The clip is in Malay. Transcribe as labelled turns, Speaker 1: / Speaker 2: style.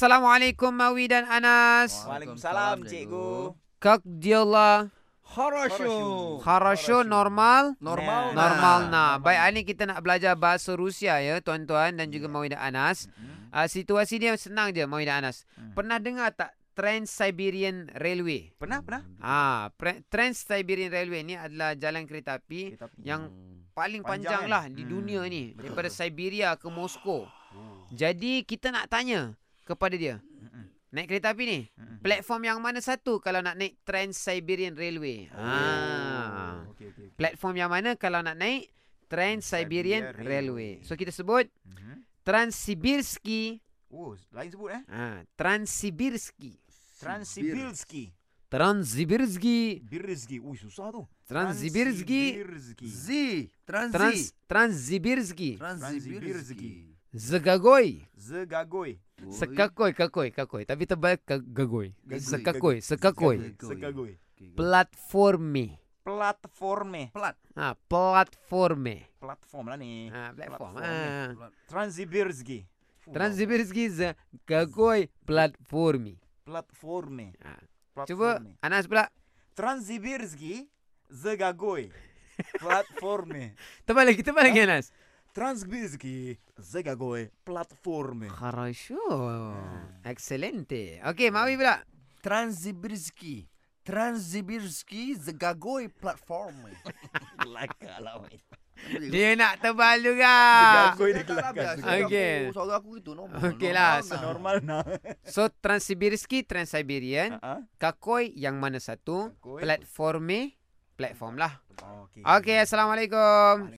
Speaker 1: Assalamualaikum Mawi dan Anas.
Speaker 2: Waalaikumsalam cikgu.
Speaker 1: Как дела?
Speaker 3: Хорошо.
Speaker 1: Хорошо, normal?
Speaker 3: Normal. nah.
Speaker 2: Nah.
Speaker 1: Normal nah. Baik, hari ni kita nak belajar bahasa Rusia ya, tuan-tuan dan juga
Speaker 2: Hmm.
Speaker 1: Mawi dan Anas. Uh, situasi dia senang je Mawi dan Anas.
Speaker 2: Hmm.
Speaker 1: Pernah dengar tak Trans-Siberian Railway?
Speaker 2: Pernah pernah?
Speaker 1: Ah, pre- Trans-Siberian Railway ni adalah jalan kereta api yang paling panjang,
Speaker 2: Panjang, kan?
Speaker 1: lah di
Speaker 2: Hmm.
Speaker 1: dunia ni
Speaker 2: Betul, Oh.
Speaker 1: daripada Siberia ke Moskow. Jadi kita nak tanya kepada dia.
Speaker 2: Mm,
Speaker 1: Naik kereta api ni, platform yang mana satu kalau nak naik Trans-Siberian Railway? Ah.
Speaker 2: Oh, Okey okey.
Speaker 1: Platform yang mana kalau nak naik Trans-Siberian
Speaker 2: Trans-Siberian
Speaker 1: Railway.
Speaker 2: Railway.
Speaker 1: So kita sebut
Speaker 2: Mhm.
Speaker 1: Transsibirski,
Speaker 2: Oh, lain sebut eh.
Speaker 1: ah Transsibirski,
Speaker 2: Transsibirski.
Speaker 1: Transsibirski,
Speaker 2: Birski. Ui, susah tu.
Speaker 1: Transsibirski,
Speaker 2: Transsibirski.
Speaker 3: Z. Transi.
Speaker 1: Trans Transsibirski,
Speaker 3: Transibirski.
Speaker 1: Zagagoi.
Speaker 2: Zegagoy.
Speaker 1: Sekakoi, kakoi, kakoi. Tapi tebal gagoi.
Speaker 3: Gagoi.
Speaker 1: Sekakoi, sekakoi.
Speaker 3: Gagoi.
Speaker 2: Zegagoy.
Speaker 1: Platforme.
Speaker 2: Platforme.
Speaker 3: Plat.
Speaker 1: Ha, platforme.
Speaker 2: Platform lah ni.
Speaker 1: Ha, platform.
Speaker 2: Ah, Platforme.
Speaker 1: Ha.
Speaker 3: Plat.
Speaker 2: Transsibirski.
Speaker 1: Transsibirski Zagagoi platforme.
Speaker 2: Platforme.
Speaker 1: Ha.
Speaker 2: Platforme.
Speaker 1: Cuba Anas pula.
Speaker 2: Transsibirski. Zegagoy. Platforme.
Speaker 1: Tebal lagi, tebal lagi Anas.
Speaker 2: Transsibirski. Zegagoy. Platforme.
Speaker 1: Хорошо. Excelente. Okey, Mawi pula.
Speaker 3: Transibirski. Transibirski Zagagoi platform.
Speaker 2: Kelakar lah. weh.
Speaker 1: Dia nak tebal juga.
Speaker 2: Zegagoy dia kelakar.
Speaker 1: Okey.
Speaker 3: Okey. lah, Suara aku gitu normal.
Speaker 1: Okey lah,
Speaker 3: Normal
Speaker 2: Normal nah.
Speaker 1: So, Transsibirski, Transsiberian.
Speaker 2: Ha?
Speaker 1: Kakoi yang mana satu?
Speaker 2: Kakoi.
Speaker 1: Platforme. Platform lah.
Speaker 2: Okey.
Speaker 1: Okey, Assalamualaikum.